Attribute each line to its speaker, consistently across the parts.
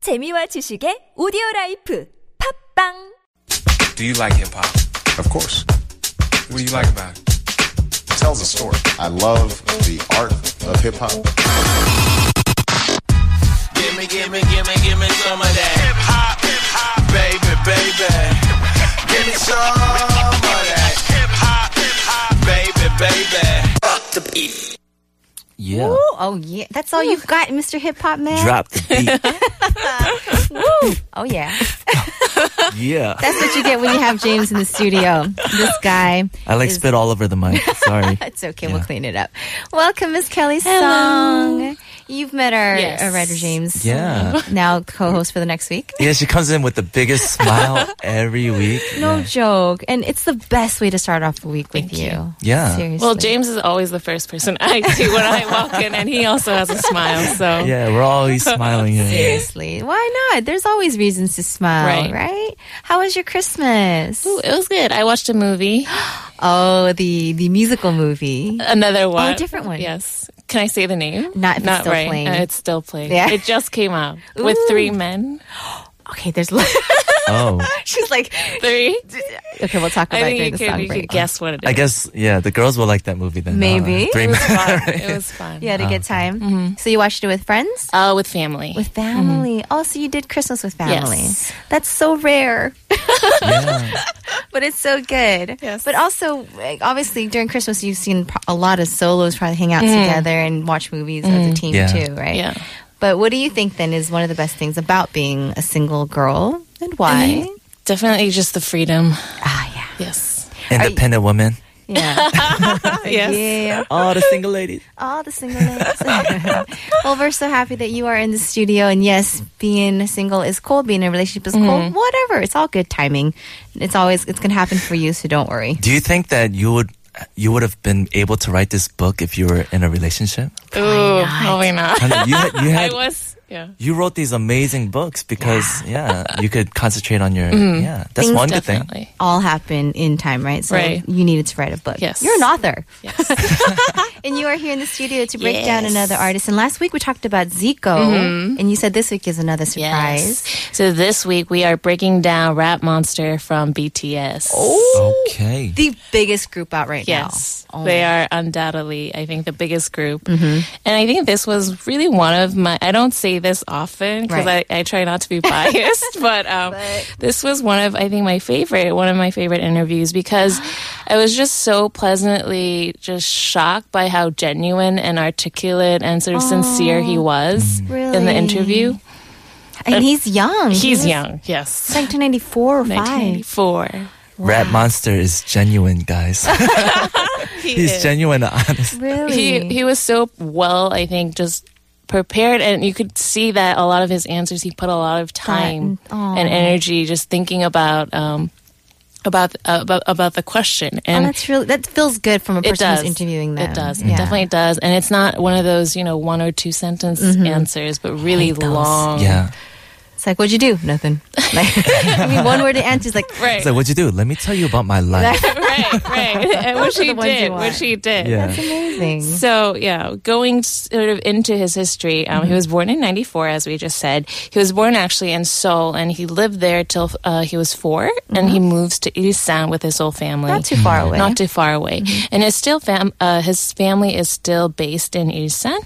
Speaker 1: 재미와 지식의 오디오 라이프 팝빵
Speaker 2: Do you like hip hop?
Speaker 3: Of course.
Speaker 2: What do you like about it?
Speaker 3: It tells a story. I love the art of hip hop.
Speaker 4: Gimme, gimme, gimme, gimme some of that. Hip hop, hip hop, baby, baby. Give me some of that. Hip hop, hip hop, baby, baby. Up the beat.
Speaker 5: Yeah.
Speaker 6: Ooh, oh yeah, that's all you've got, Mr. Hip Hop Man.
Speaker 5: Drop the beat.
Speaker 6: Oh yeah,
Speaker 5: yeah.
Speaker 6: that's what you get when you have James in the studio. This guy.
Speaker 5: I like
Speaker 6: is-
Speaker 5: spit all over the mic. Sorry.
Speaker 6: It's okay. We'll
Speaker 5: Yeah.
Speaker 6: clean it up. Welcome, Miss Kelly Song. You've met our our writer James.
Speaker 5: Yeah.
Speaker 6: Now co-host for the next week.
Speaker 5: Yeah, she comes in with the biggest smile every week.
Speaker 6: No
Speaker 5: Yeah.
Speaker 6: joke, and it's the best way to start off the week with you.
Speaker 5: Yeah.
Speaker 6: Seriously.
Speaker 7: Well, James is always the first person I see when I walk in, and he also has a smile. So
Speaker 5: Yeah, we're always smiling here.
Speaker 6: Seriously, why not? There's always reasons to smile, right?
Speaker 7: Right.
Speaker 6: How was your Christmas?
Speaker 7: Ooh, it was good. I watched a movie,
Speaker 6: Oh, the the musical movie.
Speaker 7: another Oh, one,
Speaker 6: different one.
Speaker 7: Yes. Can I say the name?
Speaker 6: Not if it's still
Speaker 7: right.
Speaker 6: playing.
Speaker 7: Uh, it's still playing.
Speaker 6: Yeah.
Speaker 7: It just came out with
Speaker 6: Ooh.
Speaker 7: three men.
Speaker 6: Okay, there's. li-
Speaker 5: Oh.
Speaker 6: She's like,
Speaker 7: Three.
Speaker 6: okay, we'll talk about
Speaker 7: I think
Speaker 6: it
Speaker 7: you
Speaker 6: during the
Speaker 7: could,
Speaker 6: song
Speaker 7: you
Speaker 6: break.
Speaker 7: could guess what it is.
Speaker 5: I guess yeah, the girls will like that movie then. huh?
Speaker 6: Maybe.
Speaker 5: Three
Speaker 7: it was
Speaker 5: minutes.
Speaker 7: fun. It was fun.
Speaker 6: You had
Speaker 5: Oh,
Speaker 6: a good time. So you watched it with friends?
Speaker 7: Mm-hmm. Uh, with family.
Speaker 6: With family. Oh, so you did Christmas with family.
Speaker 7: Yes.
Speaker 6: That's so rare,
Speaker 5: Yeah.
Speaker 6: but it's so good.
Speaker 7: Yes.
Speaker 6: But also, like, obviously, during Christmas, you've seen pro- a lot of solos probably hang out together and watch movies as a team,
Speaker 5: Yeah.
Speaker 6: too, right?
Speaker 7: Mm. Yeah.
Speaker 6: But what do you think then is one of the best things about being a single girl and why?
Speaker 7: Mm-hmm. Definitely just the freedom.
Speaker 6: Ah,
Speaker 7: Yes.
Speaker 5: Independent woman.
Speaker 6: yeah. Yeah.
Speaker 7: Yes.
Speaker 6: yeah.
Speaker 5: Oh, the single ladies.
Speaker 6: All the single ladies. well, we're so happy that you are in the studio. And yes, being single is cool. Being in a relationship is cool.
Speaker 7: Mm-hmm.
Speaker 6: Whatever. It's all good timing. It's always it's gonna happen for you. So don't worry.
Speaker 5: Do you think that you would you would have been able to write this book if you were in a relationship?
Speaker 7: Ooh, probably not.
Speaker 5: I know, you had, you
Speaker 7: I
Speaker 5: had
Speaker 7: Oh, was. Yeah.
Speaker 5: you wrote these amazing books because yeah, you could concentrate on your yeah. That's
Speaker 6: Things
Speaker 5: one good thing.
Speaker 7: Mm-hmm. Definitely.
Speaker 6: All happen in time, right? So
Speaker 7: Right.
Speaker 6: you needed to write a book.
Speaker 7: Yes.
Speaker 6: You're an author.
Speaker 7: Yes.
Speaker 6: And you are here in the studio to break down
Speaker 7: Yes. Mm-hmm.
Speaker 6: another artist. And last week we talked about Zico. And you said this week is another surprise.
Speaker 7: So this week we are breaking down Rap Monster from BTS.
Speaker 6: Oh,
Speaker 5: Okay.
Speaker 6: The biggest group out right
Speaker 7: Yes,
Speaker 6: now. Oh, Mm-hmm.
Speaker 7: they are undoubtedly, I think, the biggest group. And I think this was really one of my, I don't say this often because
Speaker 6: Right.
Speaker 7: I, I try not to be biased, but, um, this was one of, I think, my favorite, one of my favorite interviews because I was just so pleasantly just shocked by how genuine and articulate and sort of sincere he was in the
Speaker 6: Oh. really? Mm-hmm.
Speaker 7: interview.
Speaker 6: And he's young. He
Speaker 7: He's
Speaker 6: was
Speaker 7: young, yes.
Speaker 6: 1994 or 5.
Speaker 7: 1994.
Speaker 5: Rat Monster is genuine, guys. He's genuine and honest.
Speaker 6: Really?
Speaker 7: he he was so well i think just prepared and you could see that a lot of his answers he put a lot of time
Speaker 6: and- mm, aw.
Speaker 7: and energy just thinking about um about uh, about about the question
Speaker 6: Oh,
Speaker 7: and
Speaker 6: that's really that feels good from a
Speaker 7: it
Speaker 6: person
Speaker 7: does
Speaker 6: who's interviewing them.
Speaker 7: it does
Speaker 6: Yeah.
Speaker 7: it definitely does and it's not one of those you know one or two sentence
Speaker 6: Mm-hmm.
Speaker 7: answers but really
Speaker 6: those.
Speaker 7: long
Speaker 5: Yeah.
Speaker 6: It's like, what'd you do? Nothing. Like, I mean, one word to answer is like,
Speaker 7: right
Speaker 5: So what'd you do? Let me tell you about my life.
Speaker 7: right right and which
Speaker 6: Those are the
Speaker 7: he
Speaker 6: ones you
Speaker 7: did
Speaker 6: want.
Speaker 7: which he did
Speaker 5: Yeah.
Speaker 6: amazing.
Speaker 7: So yeah, going sort of into his history, um, he was born in '94, as we just said. He was born actually in Seoul, and he lived there till uh, he was 4 and he moves to Ilsan with his whole family.
Speaker 6: Not too far away. Mm-hmm.
Speaker 7: Not too far away, and his still fam- uh, his family is still based in Ilsan.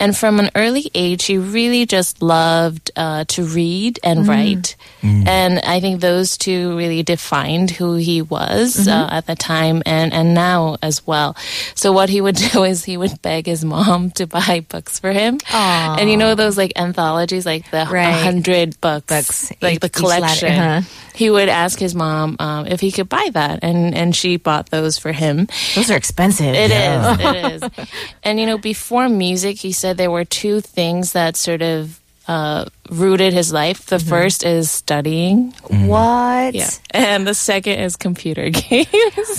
Speaker 7: And from an early age, he really just loved uh, to read and
Speaker 6: Mm.
Speaker 7: write, and I think those two really defined who he was
Speaker 6: Mm-hmm.
Speaker 7: uh, at the time and and now as well. So what he would do is he would beg his mom to buy books for him, and you know those like anthologies, like the
Speaker 6: Right.
Speaker 7: hundred books,
Speaker 6: Books,
Speaker 7: like the
Speaker 6: each- each ladder, uh-huh.
Speaker 7: collection
Speaker 6: huh.
Speaker 7: he would ask his mom um, if he could buy that, and and she bought those for him.
Speaker 6: Those are expensive.
Speaker 7: It is, it is. And you know, before music, he said there were two things that sort of uh, rooted his life. The
Speaker 6: Mm-hmm.
Speaker 7: first is studying,
Speaker 6: What?
Speaker 7: yeah, and the second is computer games.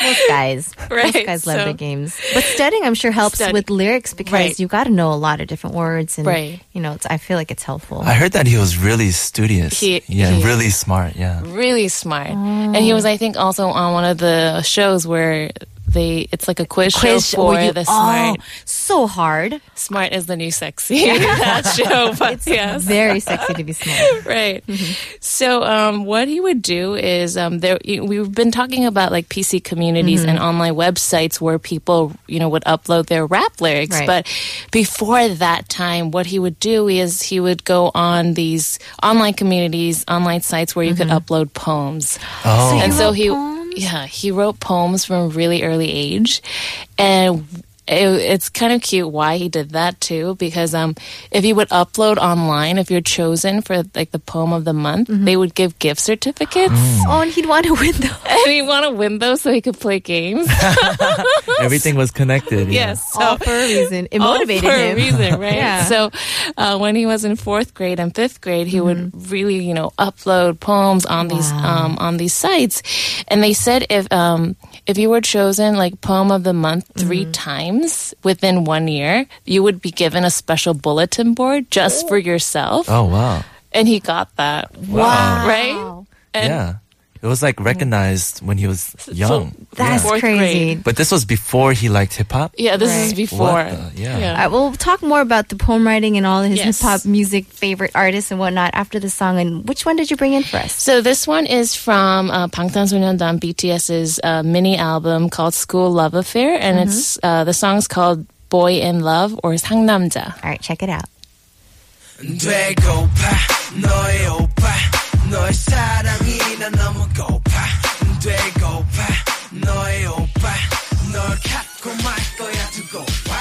Speaker 6: Most guys.
Speaker 7: Right,
Speaker 6: Most guys love
Speaker 7: so-
Speaker 6: the games. But studying, I'm sure, helps
Speaker 7: Study.
Speaker 6: with lyrics because
Speaker 7: Right.
Speaker 6: you got to know a lot of different words. And,
Speaker 7: Right.
Speaker 6: you know, it's, I feel like it's helpful.
Speaker 5: I heard that he was really studious.
Speaker 7: He-
Speaker 5: yeah,
Speaker 7: he-
Speaker 5: really smart. Yeah.
Speaker 6: Oh.
Speaker 7: really smart. And he was, I think, also on one of the shows where. they it's like a quiz,
Speaker 6: quiz
Speaker 7: show for
Speaker 6: where you Oh.
Speaker 7: the
Speaker 6: all
Speaker 7: smart
Speaker 6: so hard.
Speaker 7: smart is the new sexy that show. But yes.
Speaker 6: Very sexy to be smart.
Speaker 7: right. So, um, what he would do is um, there. you- We've been talking about like PC communities and online websites where people, you know, would upload their rap lyrics.
Speaker 6: Right.
Speaker 7: But before that time, what he would do is he would go on these online communities, online sites where you could upload poems.
Speaker 5: Oh.
Speaker 7: and so
Speaker 6: wrote
Speaker 7: he,
Speaker 6: poems?
Speaker 7: yeah, he wrote poems from a really early age, and it, it's kind of cute why he did that too. Because um, if you would upload online, if you're chosen for like the poem of the month,
Speaker 6: Mm-hmm.
Speaker 7: they would give gift certificates,
Speaker 6: Oh, and he'd want to win those.
Speaker 7: and he want to win those so he could play games.
Speaker 5: Everything was connected. yeah.
Speaker 7: yes, so.
Speaker 6: All for a reason. It
Speaker 7: all
Speaker 6: motivated
Speaker 7: Oh, for
Speaker 6: him.
Speaker 7: a reason, right?
Speaker 6: Yeah.
Speaker 7: So, uh, when he was in fourth grade and fifth grade, he
Speaker 6: Mm-hmm.
Speaker 7: would really, you know, upload poems on these um, on these sites, and they said if um, if you were chosen like poem of the month 3
Speaker 6: Mm-hmm.
Speaker 7: times within one year, you would be given a special bulletin board just for yourself,
Speaker 5: Oh wow.
Speaker 7: and he got that.
Speaker 5: Wow.
Speaker 7: Right? And-
Speaker 5: yeah. It was like recognized when he was young. yeah.
Speaker 6: That's
Speaker 7: Fourth
Speaker 6: crazy.
Speaker 7: grade.
Speaker 5: But this was before he liked hip hop.
Speaker 7: Yeah, this is
Speaker 6: Right.
Speaker 7: before.
Speaker 5: What the- yeah.
Speaker 6: All right, Uh, we'll talk more about the poem writing and all his
Speaker 7: Yes.
Speaker 6: hip hop music favorite artists and whatnot after the song. And which one did you bring in for us?
Speaker 7: So this one is from uh, Pangtansunyondam BTS's uh, mini album called School Love Affair, and it's uh, the song's called Boy in Love or 상남자.
Speaker 6: All right, check it out.
Speaker 4: 되고파 너의 오빠 너의 사랑이 나 너무 고파 되고파 너의 오빠 널 갖고 말 거야 두고 봐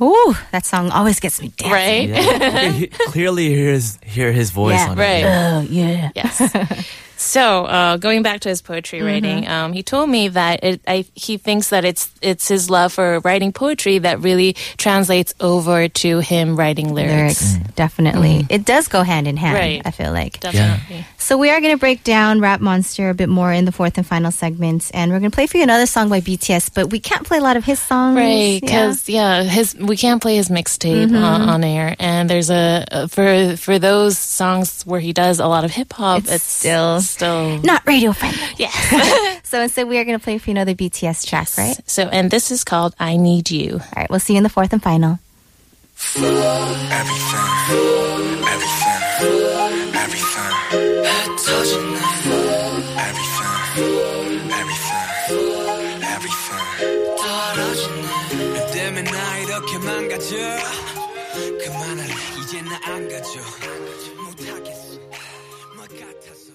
Speaker 6: Ooh, that song always gets me down.
Speaker 7: Right?
Speaker 5: Yeah. You could he- clearly hear his, hear his voice
Speaker 6: Yeah.
Speaker 5: on it.
Speaker 7: Right.
Speaker 6: Oh, yeah.
Speaker 7: Yes. so uh, going back to his poetry writing, um, he told me that it, I, he thinks that it's it's his love for writing poetry that really translates over to him writing lyrics. Mm.
Speaker 6: Lyrics, definitely. It does go hand in hand,
Speaker 7: Right.
Speaker 6: I feel like.
Speaker 7: Definitely.
Speaker 6: So we are going to break down Rap Monster a bit more in the fourth and final segment. And we're going to play for you another song by BTS, but we can't play a lot of his songs.
Speaker 7: Right,
Speaker 6: Yeah. Mm-hmm.
Speaker 7: because yeah. his we can't play his mixtape uh, on air, and there's a uh, for for those songs where he does a lot of hip hop.
Speaker 6: It's still-
Speaker 7: still
Speaker 6: Not radio friendly.
Speaker 7: yes.
Speaker 6: So instead, we are going to play for you another BTS track, right?
Speaker 7: so and this is called "I Need You."
Speaker 6: All right, we'll see you in the fourth and final.
Speaker 2: Everything, everything, everything. Everything, everything, everything.
Speaker 4: 너 때문에 나 이렇게 망가져 그만할래 이제 나 안 가져 못하겠어 막 같아서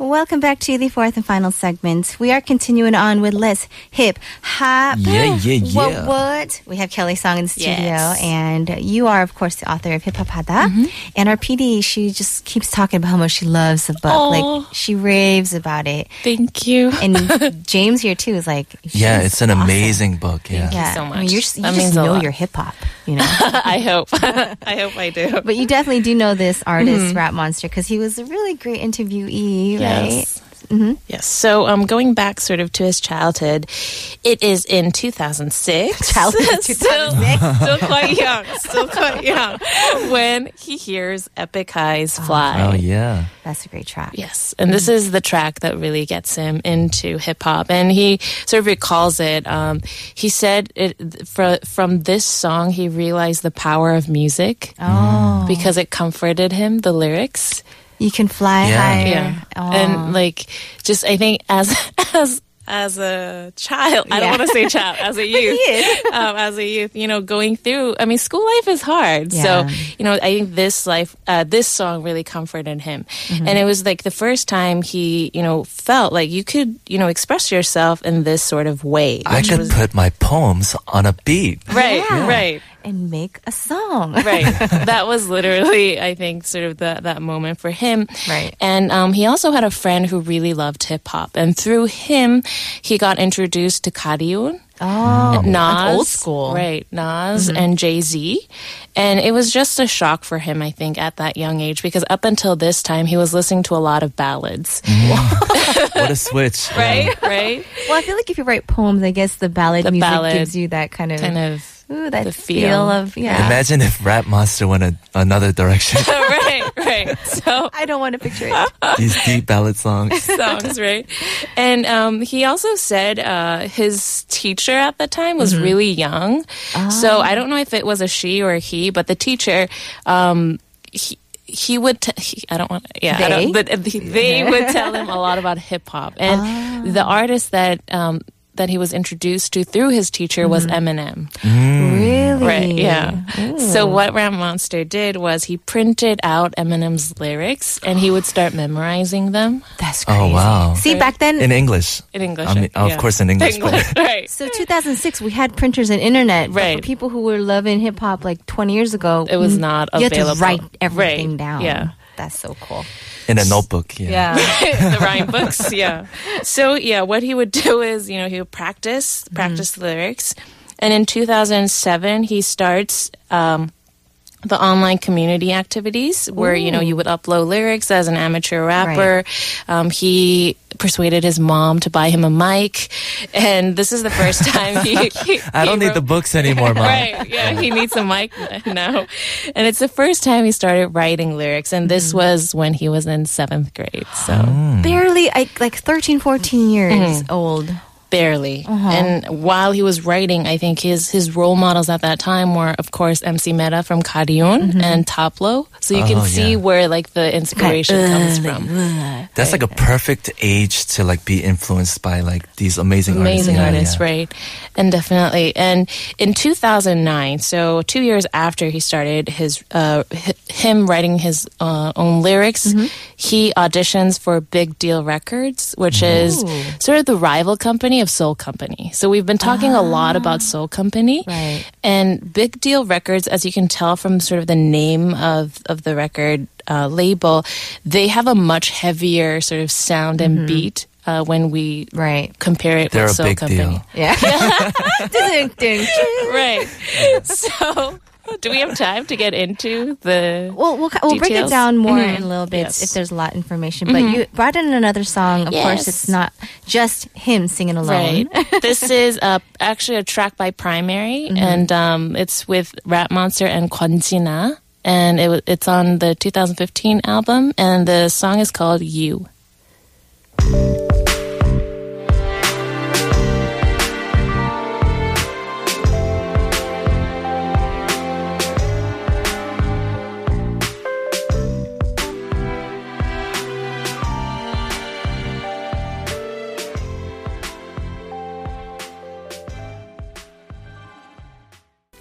Speaker 6: Welcome back to the fourth and final segment. We are continuing on with Let's Hip Hop.
Speaker 5: Yeah, yeah, yeah.
Speaker 6: What, what? We have Kelly Song in the studio,
Speaker 7: Yes. Mm-hmm.
Speaker 6: and you are, of course, the author of Hip Hop Hada. And our PD, she just keeps talking about how much she loves the book.
Speaker 7: Aw.
Speaker 6: Like, she raves about it.
Speaker 7: Thank you.
Speaker 6: And James here, too, is like,
Speaker 5: Yeah,
Speaker 6: she's
Speaker 5: it's an
Speaker 6: awesome.
Speaker 5: amazing book. Yeah.
Speaker 6: Yeah,
Speaker 7: so
Speaker 6: I mean,
Speaker 7: much.
Speaker 6: you're just, you
Speaker 7: That
Speaker 6: just
Speaker 7: means a
Speaker 6: know
Speaker 7: lot.
Speaker 6: your hip hop, you know.
Speaker 7: I hope. I hope I do.
Speaker 6: But you definitely do know this artist,
Speaker 7: Mm-hmm.
Speaker 6: Rap Monster, because he was a really great
Speaker 7: Yes.
Speaker 6: interviewee,
Speaker 7: Yes. So, um, going back sort of to his childhood, it is in 2006.
Speaker 6: Childhood,
Speaker 7: still, still quite young. Still quite young. When he hears Epic Highs Fly.
Speaker 5: Oh yeah.
Speaker 6: right? That's a great track.
Speaker 7: Yes, and this is the track that really gets him into hip hop, and he sort of recalls it. Um, he said it fr- from this song he realized the power of music
Speaker 6: Oh,
Speaker 7: because it comforted him. The lyrics,
Speaker 6: you can fly
Speaker 5: Yeah.
Speaker 6: higher. Oh.
Speaker 7: and like just I think as as as a child, I
Speaker 6: Yeah.
Speaker 7: don't want to say child, as a youth,
Speaker 6: is.
Speaker 7: um, as a youth, you know, going through. I mean, school life is hard,
Speaker 6: Yeah.
Speaker 7: so you know, I think this life, uh, this song really comforted him,
Speaker 6: Mm-hmm.
Speaker 7: and it was like the first time he, you know, felt like you could, you know, express yourself in this sort of way.
Speaker 5: I
Speaker 7: which
Speaker 5: could
Speaker 7: was-
Speaker 5: put my poems on a beat.
Speaker 7: right,
Speaker 6: Yeah.
Speaker 7: right.
Speaker 6: and make a song.
Speaker 7: right that was literally i think sort of the, that moment for him
Speaker 6: Right.
Speaker 7: and um, he also had a friend who really loved hip-hop and through him he got introduced to Kadiun.
Speaker 6: Oh,
Speaker 7: Nas,
Speaker 6: that's old school. Mm-hmm.
Speaker 7: right? Nas and Jay Z, and it was just a shock for him, I think, at that young age because up until this time he was listening to a lot of ballads,
Speaker 5: What a switch.
Speaker 7: right? Right?
Speaker 6: Well, I feel like if you write poems, I guess the ballad
Speaker 7: The
Speaker 6: music
Speaker 7: ballad
Speaker 6: gives you that kind of,
Speaker 7: kind of
Speaker 6: Ooh, that
Speaker 7: The
Speaker 6: feel.
Speaker 7: feel.
Speaker 6: of yeah.
Speaker 5: Imagine if Rap Monster went a, another direction.
Speaker 7: right, right. So
Speaker 6: I don't want to picture it.
Speaker 5: These deep ballad songs.
Speaker 7: songs, right? And um, he also said uh, his teacher at the time was really young. So I don't know if it was a she or a he, but the teacher, um, he, he would, t- he, I don't want, yeah, I don't-
Speaker 6: They?
Speaker 7: but uh, he- they would tell him a lot about hip hop. And the artist that, um, that he was introduced to through his teacher was Eminem.
Speaker 6: really?
Speaker 7: Right, yeah. So what Ram Monster did was he printed out Eminem's lyrics and he would start memorizing them.
Speaker 6: That's crazy.
Speaker 5: Oh, wow.
Speaker 6: See, back then,
Speaker 5: In English.
Speaker 7: In English.
Speaker 5: I mean, oh, of
Speaker 7: yeah.
Speaker 5: course, in English. but-
Speaker 7: right.
Speaker 6: so 2006, we had printers and internet. but for
Speaker 7: Right.
Speaker 6: people who were loving hip hop like 20 years ago,
Speaker 7: It was
Speaker 6: mm,
Speaker 7: not
Speaker 6: you
Speaker 7: available.
Speaker 6: had to write everything
Speaker 7: Right,
Speaker 6: down.
Speaker 7: Yeah.
Speaker 6: That's so cool.
Speaker 5: in a notebook. Yeah.
Speaker 7: the rhyme books, yeah. So, yeah, what he would do is, you know, he would practice, practice lyrics. And in 2007, he starts um, the online community activities where, you know, you would upload lyrics as an amateur rapper. Um, he persuaded his mom to buy him a mic. And this is the first time he. he-
Speaker 5: I don't
Speaker 7: he
Speaker 5: need the
Speaker 7: wrote-
Speaker 5: books anymore, Mom.
Speaker 7: Right. Yeah, he needs a mic now. And it's the first time he started writing lyrics. And this was when he was in seventh grade. So
Speaker 5: Hmm.
Speaker 6: Barely, I, like 13, 14 years
Speaker 7: Mm-hmm.
Speaker 6: old.
Speaker 7: barely. And while he was writing, I think his, his role models at that time were, of course, MC Meta from Cardion and Taplo. So you
Speaker 5: Oh,
Speaker 7: can see
Speaker 5: yeah.
Speaker 7: where like the inspiration comes from.
Speaker 5: That's like a perfect age to like be influenced by like these amazing,
Speaker 7: Amazing
Speaker 5: artists. Yeah,
Speaker 7: artist,
Speaker 5: yeah.
Speaker 7: right? And definitely. And in 2009, so two years after he started his, uh, hi- him writing his uh, own lyrics, he auditions for Big Deal Records, which is sort of the rival company of Soul Company. So we've been talking a lot about Soul Company,
Speaker 6: Right.
Speaker 7: and Big Deal Records, as you can tell from sort of the name of, of the record uh, label, they have a much heavier sort of sound and beat uh, when we
Speaker 6: Right.
Speaker 7: compare it
Speaker 5: They're a
Speaker 7: with Soul
Speaker 5: big
Speaker 7: Company.
Speaker 5: deal.
Speaker 6: Yeah. Dun, dun, dun.
Speaker 7: Right. so, do we have time to get into the
Speaker 6: Well, we'll, we'll break
Speaker 7: Details?
Speaker 6: it down more
Speaker 7: Mhm.
Speaker 6: in a little bit
Speaker 7: Yes. Mm-hmm.
Speaker 6: if there's a lot of information. But you brought in another song. Of
Speaker 7: Yes.
Speaker 6: course, it's not just him singing alone.
Speaker 7: Right. this is uh, actually a track by Primary, and um, it's with Rat Monster and Kwon Jina, and it, wa- it's on the 2015 album, and the song is called "You."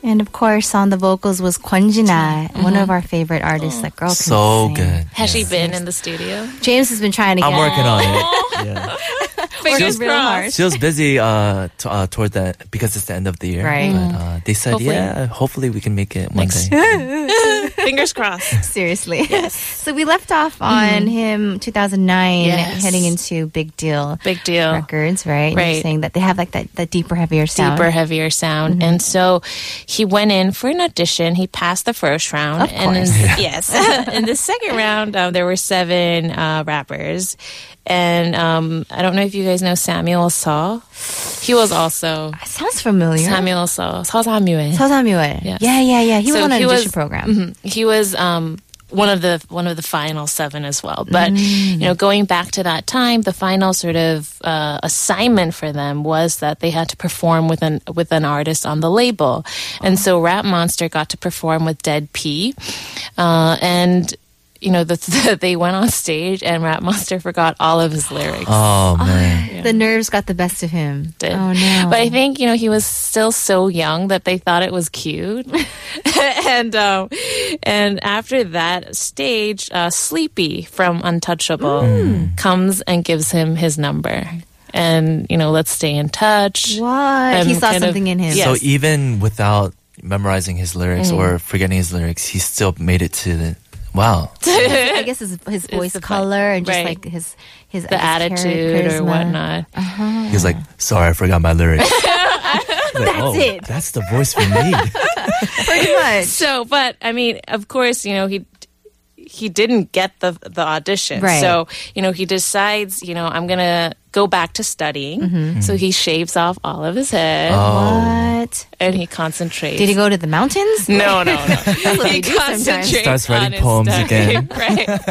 Speaker 6: And of course, on the vocals was Kwon Jina,
Speaker 7: Mm-hmm.
Speaker 6: one of our favorite
Speaker 7: Oh.
Speaker 6: artists. That girl can
Speaker 5: So
Speaker 6: sing.
Speaker 5: good.
Speaker 7: Has she been in the studio?
Speaker 6: James has been trying to get
Speaker 5: I'm working on it. Yeah.
Speaker 7: Fingers
Speaker 6: real hard.
Speaker 5: She was busy uh, t- uh, toward that because it's the end of the year.
Speaker 6: Right.
Speaker 5: But uh, they said,
Speaker 7: Hopefully.
Speaker 5: yeah, hopefully we can make it one day.
Speaker 7: Fingers crossed.
Speaker 6: seriously. so we left off on him 2009,
Speaker 7: Mm-hmm. Yes.
Speaker 6: heading into Big Deal
Speaker 7: Big deal.
Speaker 6: Records, right? And you're
Speaker 7: Right.
Speaker 6: saying that they have like that, that deeper, heavier sound. Mm-hmm.
Speaker 7: deeper, heavier sound. And so he went in for an audition. He passed the first round.
Speaker 6: Of
Speaker 7: and in-
Speaker 6: course.
Speaker 7: yes. in the second round, um, there were seven uh, rappers. And um, I don't know if you guys know Samuel Saw. He was also
Speaker 6: Sounds familiar.
Speaker 7: Samuel Saw. Saw Samuel.
Speaker 6: Tell Samuel.
Speaker 7: Yes.
Speaker 6: Yeah, yeah, yeah. He was
Speaker 7: So
Speaker 6: on an
Speaker 7: he
Speaker 6: audition
Speaker 7: was- Mm-hmm.
Speaker 6: program.
Speaker 7: he was um, one of the one of the final seven as well. But you know, going back to that time, the final sort of uh, assignment for them was that they had to perform with an with an artist on the label, and so Rap Monster got to perform with Dead P, uh, and. You know, the, they went on stage and Rap Monster forgot all of his lyrics.
Speaker 5: Oh, man.
Speaker 6: The nerves got the best of him.
Speaker 7: did.
Speaker 6: Oh no!
Speaker 7: But I think you know he was still so young that they thought it was cute, and um, and after that stage, uh, Sleepy from Untouchable
Speaker 6: Hmm.
Speaker 7: comes and gives him his number, and you know let's stay in touch.
Speaker 6: what he
Speaker 7: I'm
Speaker 6: saw
Speaker 7: kind of-
Speaker 6: something in him.
Speaker 7: Yeah.
Speaker 5: So
Speaker 7: Yes.
Speaker 5: even without memorizing his lyrics or forgetting his lyrics, he still made it to the. Wow.
Speaker 6: I guess his his voice
Speaker 7: the vibe.
Speaker 6: color and just
Speaker 7: Right.
Speaker 6: like his his
Speaker 7: The attitude or whatnot.
Speaker 5: He was like, sorry, I forgot my lyrics. that's
Speaker 6: it.
Speaker 5: That's the voice for me.
Speaker 6: Pretty much.
Speaker 7: So, but I mean, of course, you know he he didn't get the the audition.
Speaker 6: Right.
Speaker 7: So you know he decides, you know, I'm gonna go back to studying.
Speaker 6: Mm-hmm.
Speaker 5: Mm-hmm.
Speaker 7: So he shaves off all of his head
Speaker 5: Oh.
Speaker 6: What?
Speaker 7: and he concentrates.
Speaker 6: Did he go to the mountains?
Speaker 7: Oh. No, no, no.
Speaker 6: That's what
Speaker 7: he
Speaker 6: they do sometimes.
Speaker 7: concentrates
Speaker 5: Starts writing
Speaker 7: on his
Speaker 5: poems
Speaker 7: studying, right.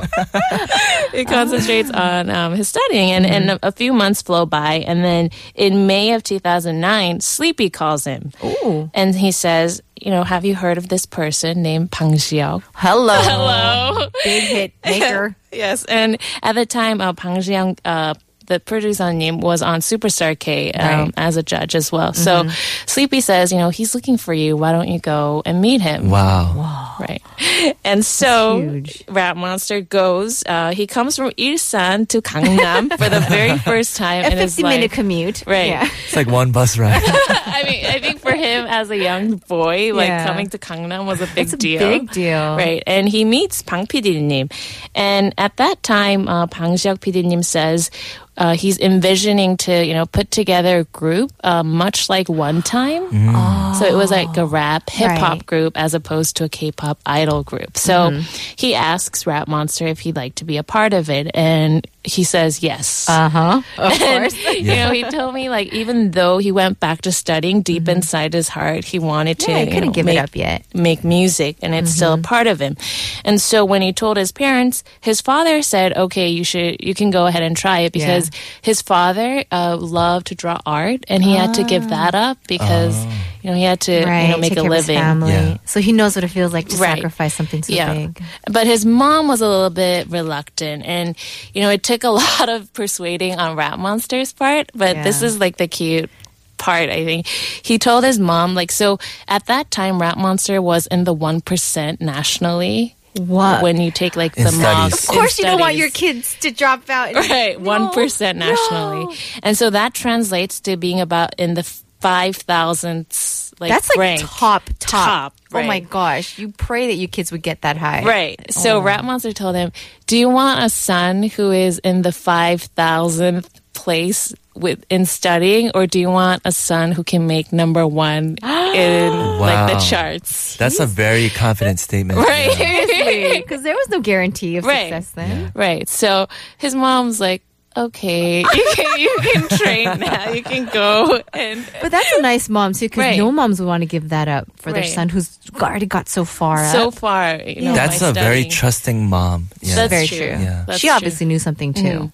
Speaker 7: he concentrates on um, his studying, and, and
Speaker 6: Mm-hmm.
Speaker 7: a- a few months flow by, and then in May of 2009, Sleepy calls him,
Speaker 6: Ooh.
Speaker 7: and he says, "You know, have you heard of this person named Pang Xiao?"
Speaker 6: Hello.
Speaker 7: Hello.
Speaker 6: Big hit maker.
Speaker 7: Yes, and at the time, uh, Pang Jiang, uh, the producer name was on Superstar K um,
Speaker 6: Right. Mm-hmm.
Speaker 7: as a judge as well. So Sleepy says, you know, he's looking for you. Why don't you go and meet him?
Speaker 5: Wow.
Speaker 7: Right. And so
Speaker 6: huge.
Speaker 7: Rat Monster goes. Uh, he comes from Ilsan to Gangnam for the very first time
Speaker 6: A
Speaker 7: in his
Speaker 6: 50 minute
Speaker 7: life.
Speaker 6: commute.
Speaker 7: Right.
Speaker 6: Yeah.
Speaker 5: It's like one bus ride.
Speaker 7: I mean, I think for him as a young boy, like
Speaker 6: Yeah.
Speaker 7: coming to Gangnam was a big
Speaker 6: It's a
Speaker 7: deal.
Speaker 6: big deal.
Speaker 7: Right. And he meets Pang PD님. And at that time, uh, Pang Xiaok PD님 says uh, he's envisioning to, you know, put together a group uh, much like One Time. So it was like a rap, hip hop
Speaker 6: Oh. Right. Mm-hmm.
Speaker 7: group as opposed to a K pop idol group. So he asks Rap Monster if he'd like to be a part of it. And he says yes.
Speaker 6: Uh huh. Of
Speaker 7: And,
Speaker 6: course.
Speaker 7: you know, he told me like even though he went back to studying deep inside his heart, he wanted to
Speaker 6: Mm-hmm. Yeah, he
Speaker 7: you
Speaker 6: couldn't
Speaker 7: know,
Speaker 6: give
Speaker 7: make,
Speaker 6: it up yet. Mm-hmm.
Speaker 7: Make music, and it's still a part of him. And so when he told his parents, his father said, "Okay, you should, you can go ahead and try it," because his father uh, loved to draw art, and he had to give that up because you know he had to
Speaker 6: Ah. Oh. Right.
Speaker 7: you know make
Speaker 6: Take
Speaker 7: a
Speaker 6: care of his
Speaker 7: living.
Speaker 6: family.
Speaker 5: Yeah.
Speaker 6: So he knows what it feels like to
Speaker 7: Right.
Speaker 6: sacrifice something so big.
Speaker 7: But his mom was a little bit reluctant. And, you know, it took a lot of persuading on Rat Monster's part. But this
Speaker 6: Yeah.
Speaker 7: is like the cute part, I think. He told his mom, like, so at that time, Rat Monster was in the 1% nationally.
Speaker 6: What?
Speaker 7: When you take like
Speaker 5: In
Speaker 7: the
Speaker 5: studies.
Speaker 7: mocks.
Speaker 6: of
Speaker 7: in
Speaker 6: course, you don't want
Speaker 7: studies.
Speaker 6: your kids to drop out. and-
Speaker 7: Right,
Speaker 6: No,
Speaker 7: one nationally,
Speaker 6: no.
Speaker 7: and so that translates to being about in the five thousandths. Like
Speaker 6: That's like
Speaker 7: rank.
Speaker 6: top, top.
Speaker 7: Top
Speaker 6: Oh my
Speaker 7: rank.
Speaker 6: gosh. You pray that your kids would get that high.
Speaker 7: Right.
Speaker 6: Oh.
Speaker 7: So Rat Monster told him, "Do you want a son who is in the five thousandth place with in studying, or do you want a son who can make number one in like the
Speaker 5: Wow.
Speaker 7: charts?"
Speaker 5: That's a very confident statement.
Speaker 7: Right.
Speaker 5: Yeah.
Speaker 6: Because there was no guarantee of
Speaker 7: Right.
Speaker 6: success then.
Speaker 7: Right. So his mom's like. Okay, you can, you can train now. You can go and
Speaker 6: But that's a nice mom, too, because
Speaker 7: Right.
Speaker 6: no moms would want to give that up for their
Speaker 7: Right.
Speaker 6: son who's already got so far
Speaker 7: so
Speaker 6: up.
Speaker 7: far. You know,
Speaker 5: That's
Speaker 7: by
Speaker 5: a very
Speaker 7: studying.
Speaker 5: trusting mom. Yeah.
Speaker 7: That's
Speaker 6: Very
Speaker 7: true.
Speaker 6: true.
Speaker 5: Yeah.
Speaker 7: That's
Speaker 6: she
Speaker 7: true. Mm-hmm.
Speaker 6: obviously knew something, too.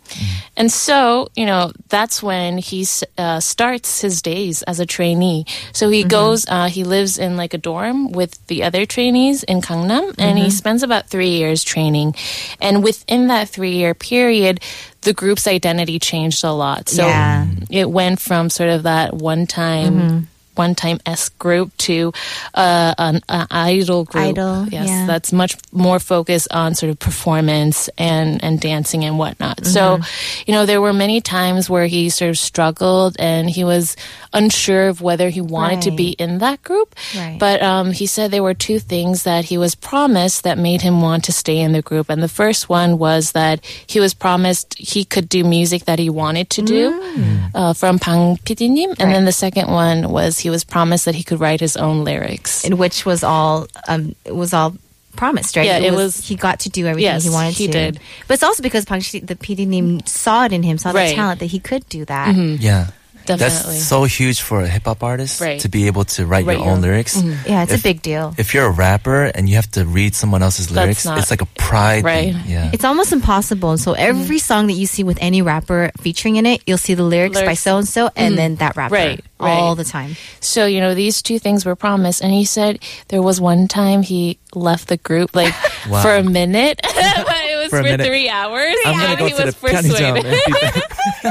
Speaker 7: And so, you know, that's when he s- uh, starts his days as a trainee. So he goes, uh, he lives in like a dorm with the other trainees in Gangnam, and he spends about three years training. And within that three year period, the group's identity changed a lot. So
Speaker 6: Yeah. Mm-hmm.
Speaker 7: it went from sort of that one time. One time S group to uh, an, an idol group.
Speaker 6: Idol,
Speaker 7: yes,
Speaker 6: yeah.
Speaker 7: that's much more focused on sort of performance and and dancing and whatnot.
Speaker 6: Mm-hmm.
Speaker 7: So, you know, there were many times where he sort of struggled and he was unsure of whether he wanted to be in that group.
Speaker 6: Right.
Speaker 7: But um, he said there were two things that he was promised that made him want to stay in the group, and the first one was that he was promised he could do music that he wanted to do
Speaker 6: Mm.
Speaker 7: uh, from Pang PD님, and then the second one was he was promised that he could write his own lyrics.
Speaker 6: And which was all, um, it was all promised, right?
Speaker 7: Yeah, it was-
Speaker 6: He got to do everything
Speaker 7: Yes,
Speaker 6: he wanted
Speaker 7: he
Speaker 6: to.
Speaker 7: did.
Speaker 6: But it's also because Pang Shi, the PD name, saw it in him, saw the
Speaker 7: Right. Mm-hmm.
Speaker 6: talent that he could do that.
Speaker 5: Yeah.
Speaker 7: Definitely.
Speaker 5: That's so huge for a hip hop artist
Speaker 7: Right.
Speaker 5: to be able to write,
Speaker 7: Write
Speaker 5: your
Speaker 7: your- Mm-hmm.
Speaker 5: own lyrics.
Speaker 6: Yeah, it's a
Speaker 5: If-
Speaker 6: big deal.
Speaker 5: If you're a rapper and you have to read someone else's lyrics,
Speaker 7: not-
Speaker 5: it's like a pride.
Speaker 7: Right.
Speaker 5: Thing. Yeah.
Speaker 6: It's almost impossible. So every song that you see with any rapper featuring in it, you'll see the lyrics, Mm-hmm. by
Speaker 7: Lyrics.
Speaker 6: so and so, and then that rapper
Speaker 7: Right,
Speaker 6: all
Speaker 7: right.
Speaker 6: the time.
Speaker 7: So, you know, these two things were promised. And he said there was one time he left the group like
Speaker 5: Wow.
Speaker 7: for a minute, but it was
Speaker 5: For a
Speaker 7: for,
Speaker 5: minute.
Speaker 7: three hours.
Speaker 5: I'm gonna
Speaker 7: and
Speaker 5: go
Speaker 7: he
Speaker 5: to
Speaker 7: was
Speaker 5: the county
Speaker 7: persuaded.
Speaker 5: and be back.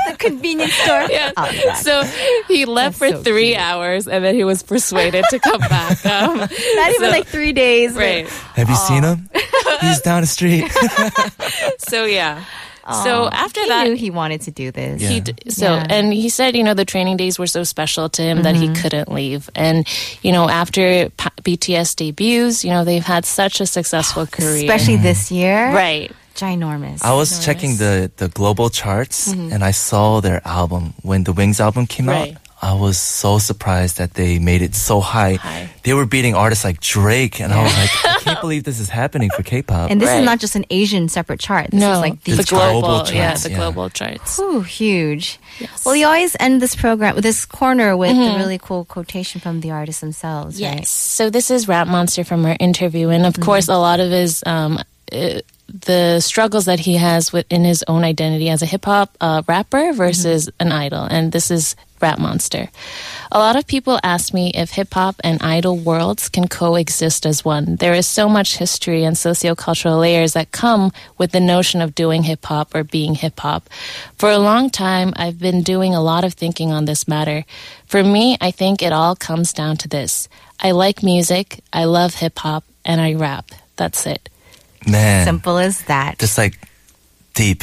Speaker 6: The convenience store.
Speaker 7: Yeah.
Speaker 6: Oh, my God.
Speaker 7: So he left
Speaker 6: That's
Speaker 7: for
Speaker 6: so
Speaker 7: three hours and then he was persuaded to come back. Um,
Speaker 6: Not
Speaker 7: so-
Speaker 6: even like three days. but-
Speaker 7: right.
Speaker 5: Have you seen him? He's down the street.
Speaker 7: So, yeah. So after
Speaker 6: He
Speaker 7: that,
Speaker 6: knew he wanted to do this.
Speaker 7: he
Speaker 5: Yeah.
Speaker 7: d- so
Speaker 6: Yeah.
Speaker 7: and he said you know the training days were so special to him that
Speaker 6: Mm-hmm.
Speaker 7: he couldn't leave and you know after P- bts debuts you know they've had such a successful career
Speaker 6: Especially this year.
Speaker 7: right
Speaker 6: Ginormous.
Speaker 5: I was checking the, the global charts and I saw their album when the Wings album came
Speaker 7: Mm-hmm. Right.
Speaker 5: out. I was so surprised that they made it so high.
Speaker 7: High.
Speaker 5: They were beating artists like Drake, and I was like, I can't believe this is happening for K-pop.
Speaker 6: And this
Speaker 7: Right.
Speaker 6: is not just an Asian separate chart. This
Speaker 7: no,
Speaker 6: is like the
Speaker 5: It's global
Speaker 7: yeah,
Speaker 5: charts,
Speaker 7: the
Speaker 5: yeah.
Speaker 7: global charts.
Speaker 6: Ooh, huge. Well, you always end this program, this corner, with the really cool quotation from the artists themselves.
Speaker 7: Yes.
Speaker 6: Right?
Speaker 7: So this is Rap Monster from our interview, and of
Speaker 6: Mm-hmm.
Speaker 7: course, a lot of his um, uh, the struggles that he has within his own identity as a hip hop uh, rapper versus an idol, and this is Rap Monster. A lot of people ask me if hip hop and idol worlds can coexist as one. There is so much history and sociocultural layers that come with the notion of doing hip hop or being hip hop. For a long time, I've been doing a lot of thinking on this matter. For me, I think it all comes down to this. I like music, I love hip hop, and I rap. That's it.
Speaker 5: Man,
Speaker 6: Simple as that.
Speaker 5: just like deep.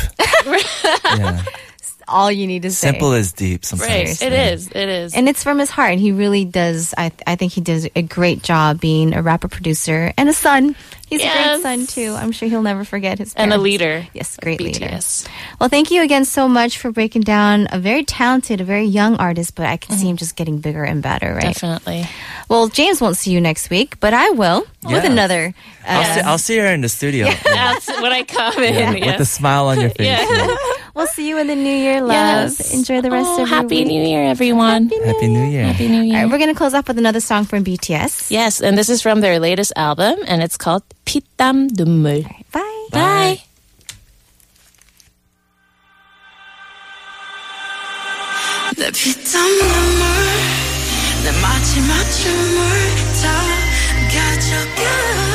Speaker 5: yeah,
Speaker 6: All you need to say.
Speaker 5: simple is deep. Sometimes
Speaker 7: It
Speaker 5: yeah.
Speaker 7: is. It is.
Speaker 6: And it's from his heart. And he really does. I, I think he does a great job being a rapper producer and a son. He's a great
Speaker 7: Yes.
Speaker 6: son, too. I'm sure he'll never forget his
Speaker 7: And a
Speaker 6: parents.
Speaker 7: leader.
Speaker 6: Yes, great leader.
Speaker 7: BTS.
Speaker 6: Well, thank you again so much for breaking down a very talented, a very young artist, but I can see him just getting bigger and better, right?
Speaker 7: Mm-hmm. Definitely.
Speaker 6: Well, James won't see you next week, but I will
Speaker 5: Yeah.
Speaker 6: with another.
Speaker 5: I'll,
Speaker 6: Uh,
Speaker 5: see, I'll see her in the studio yeah,
Speaker 7: That's when I come in.
Speaker 5: with a
Speaker 7: Yes.
Speaker 5: smile on your face. yeah.
Speaker 6: we'll see you in the new year, love.
Speaker 7: Yes.
Speaker 6: Enjoy the rest
Speaker 7: Oh,
Speaker 6: of
Speaker 7: Happy
Speaker 6: your week.
Speaker 7: New Year, everyone.
Speaker 5: Happy New Year.
Speaker 7: Happy New
Speaker 6: All
Speaker 7: Year.
Speaker 6: right, we're going to close off with another song from BTS.
Speaker 7: Yes, and this is from their latest album, and it's called 피땀 눈물.
Speaker 6: Bye.
Speaker 7: Bye.
Speaker 8: 내 피땀 눈물 내 마지막 춤을 다 가져가